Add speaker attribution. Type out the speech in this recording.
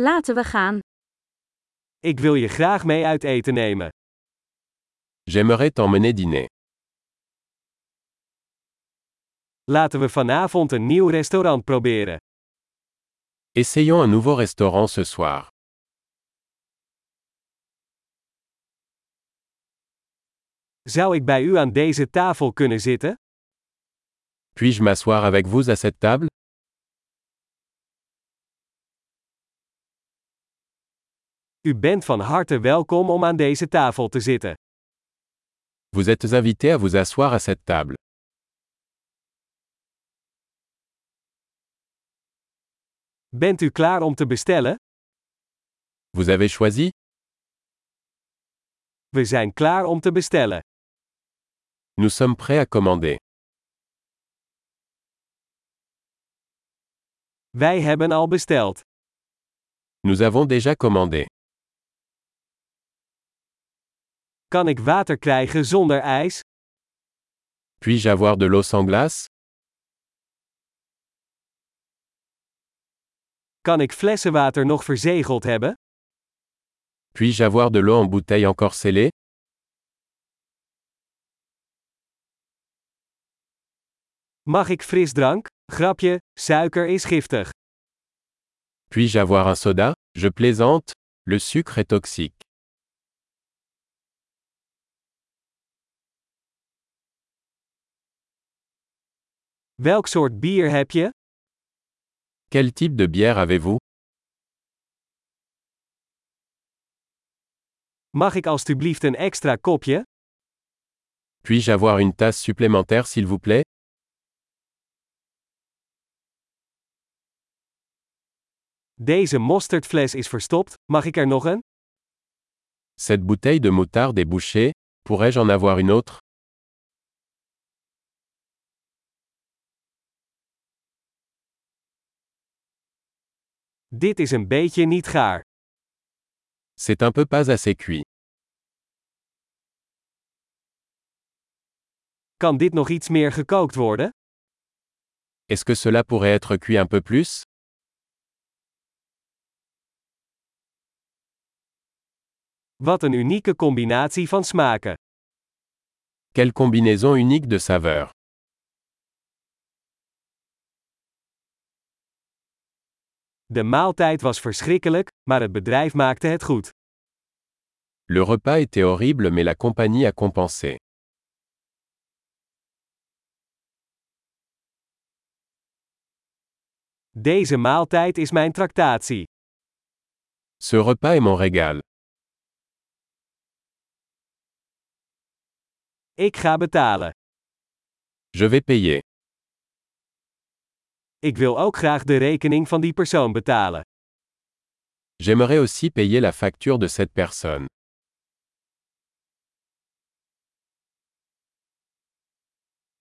Speaker 1: Laten we gaan.
Speaker 2: Ik wil je graag mee uit eten nemen.
Speaker 3: J'aimerais t'emmener dîner.
Speaker 2: Laten we vanavond een nieuw restaurant proberen.
Speaker 3: Essayons un nouveau restaurant ce soir.
Speaker 2: Zou ik bij u aan deze tafel kunnen zitten?
Speaker 3: Puis-je m'asseoir avec vous à cette table
Speaker 2: U bent van harte welkom om aan deze tafel te zitten.
Speaker 3: Vous êtes invité à vous asseoir à cette table.
Speaker 2: Bent u klaar om te bestellen?
Speaker 3: Vous avez choisi
Speaker 2: We zijn klaar om te bestellen.
Speaker 3: Nous sommes prêts à commander.
Speaker 2: Wij hebben al besteld.
Speaker 3: Nous avons déjà commandé.
Speaker 2: Kan ik water krijgen zonder ijs?
Speaker 3: Puis-je avoir de l'eau sans glace
Speaker 2: Kan ik flessenwater nog verzegeld hebben?
Speaker 3: Puis-je avoir de l'eau en bouteille encore scellée
Speaker 2: Mag ik frisdrank? Grapje, suiker is giftig.
Speaker 3: Puis-je avoir un soda Je plaisante. Le sucre est toxique.
Speaker 2: Welk soort bier heb je?
Speaker 3: Quel type de bière avez-vous
Speaker 2: Mag ik alstublieft een extra kopje?
Speaker 3: Puis-je avoir une tasse supplémentaire s'il vous plaît
Speaker 2: Deze mosterdfles is verstopt, mag ik er nog een?
Speaker 3: Cette bouteille de moutarde est bouchée. Pourrais-je en avoir une autre
Speaker 2: Dit is een beetje niet gaar.
Speaker 3: C'est un peu pas assez cuit.
Speaker 2: Kan dit nog iets meer gekookt worden?
Speaker 3: Est-ce que cela pourrait être cuit un peu plus
Speaker 2: Wat een unieke combinatie van smaken.
Speaker 3: Quelle combinaison unique de saveurs
Speaker 2: De maaltijd was verschrikkelijk, maar het bedrijf maakte het goed.
Speaker 3: Le repas était horrible mais la compagnie a compensé.
Speaker 2: Deze maaltijd is mijn tractatie.
Speaker 3: Ce repas est mon régal.
Speaker 2: Ik ga betalen.
Speaker 3: Je vais payer.
Speaker 2: Ik wil ook graag de rekening van die persoon betalen.
Speaker 3: J'aimerais aussi payer la facture de cette personne.